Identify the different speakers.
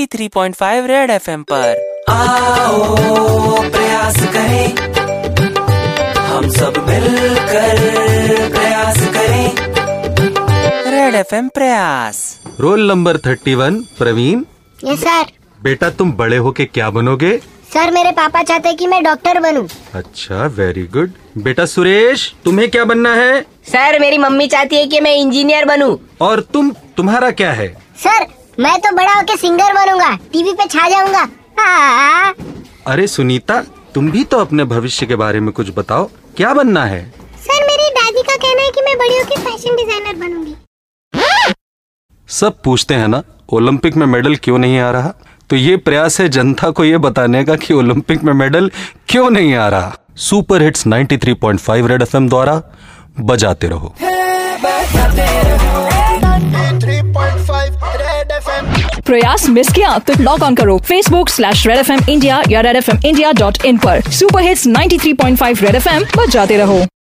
Speaker 1: 93.5 Red FM पर
Speaker 2: आओ प्रयास करें हम सब मिलकर प्रयास करें
Speaker 1: रेड एफएम प्रयास
Speaker 3: roll number thirty one Praveen
Speaker 4: yes sir
Speaker 3: बेटा तुम बड़े होके क्या बनोगे
Speaker 4: सर मेरे पापा चाहते हैं कि मैं डॉक्टर बनूं
Speaker 3: अच्छा वेरी गुड बेटा सुरेश तुम्हें क्या बनना है
Speaker 5: सर मेरी मम्मी चाहती है कि मैं इंजीनियर बनूं
Speaker 3: और तुम तुम्हारा क्या है
Speaker 4: सर मैं तो बड़ा होके सिंगर बनूंगा टीवी पे छा जाऊंगा हाँ, आ,
Speaker 3: अरे सुनीता तुम भी तो अपने भविष्य के बारे में कुछ बताओ क्या बनना है
Speaker 4: सर मेरी दादी का कहना है कि मैं बड़ी होके फैशन डिजाइनर बनूंगी
Speaker 3: सब पूछते हैं ना ओलंपिक में मेडल क्यों नहीं आ रहा तो ये प्रयास है जनता को ये बताने का कि ओलंपिक में मेडल क्यों नहीं आ रहा सुपर हिट्स 93.5 रेड एफएम द्वारा बजाते रहो
Speaker 6: 3.5 Red FM
Speaker 7: प्रयास मिस किया तो लॉग ऑन करो Facebook slash red F M India या red F M India dot in पर super hits 93.5 red F M बजाते रहो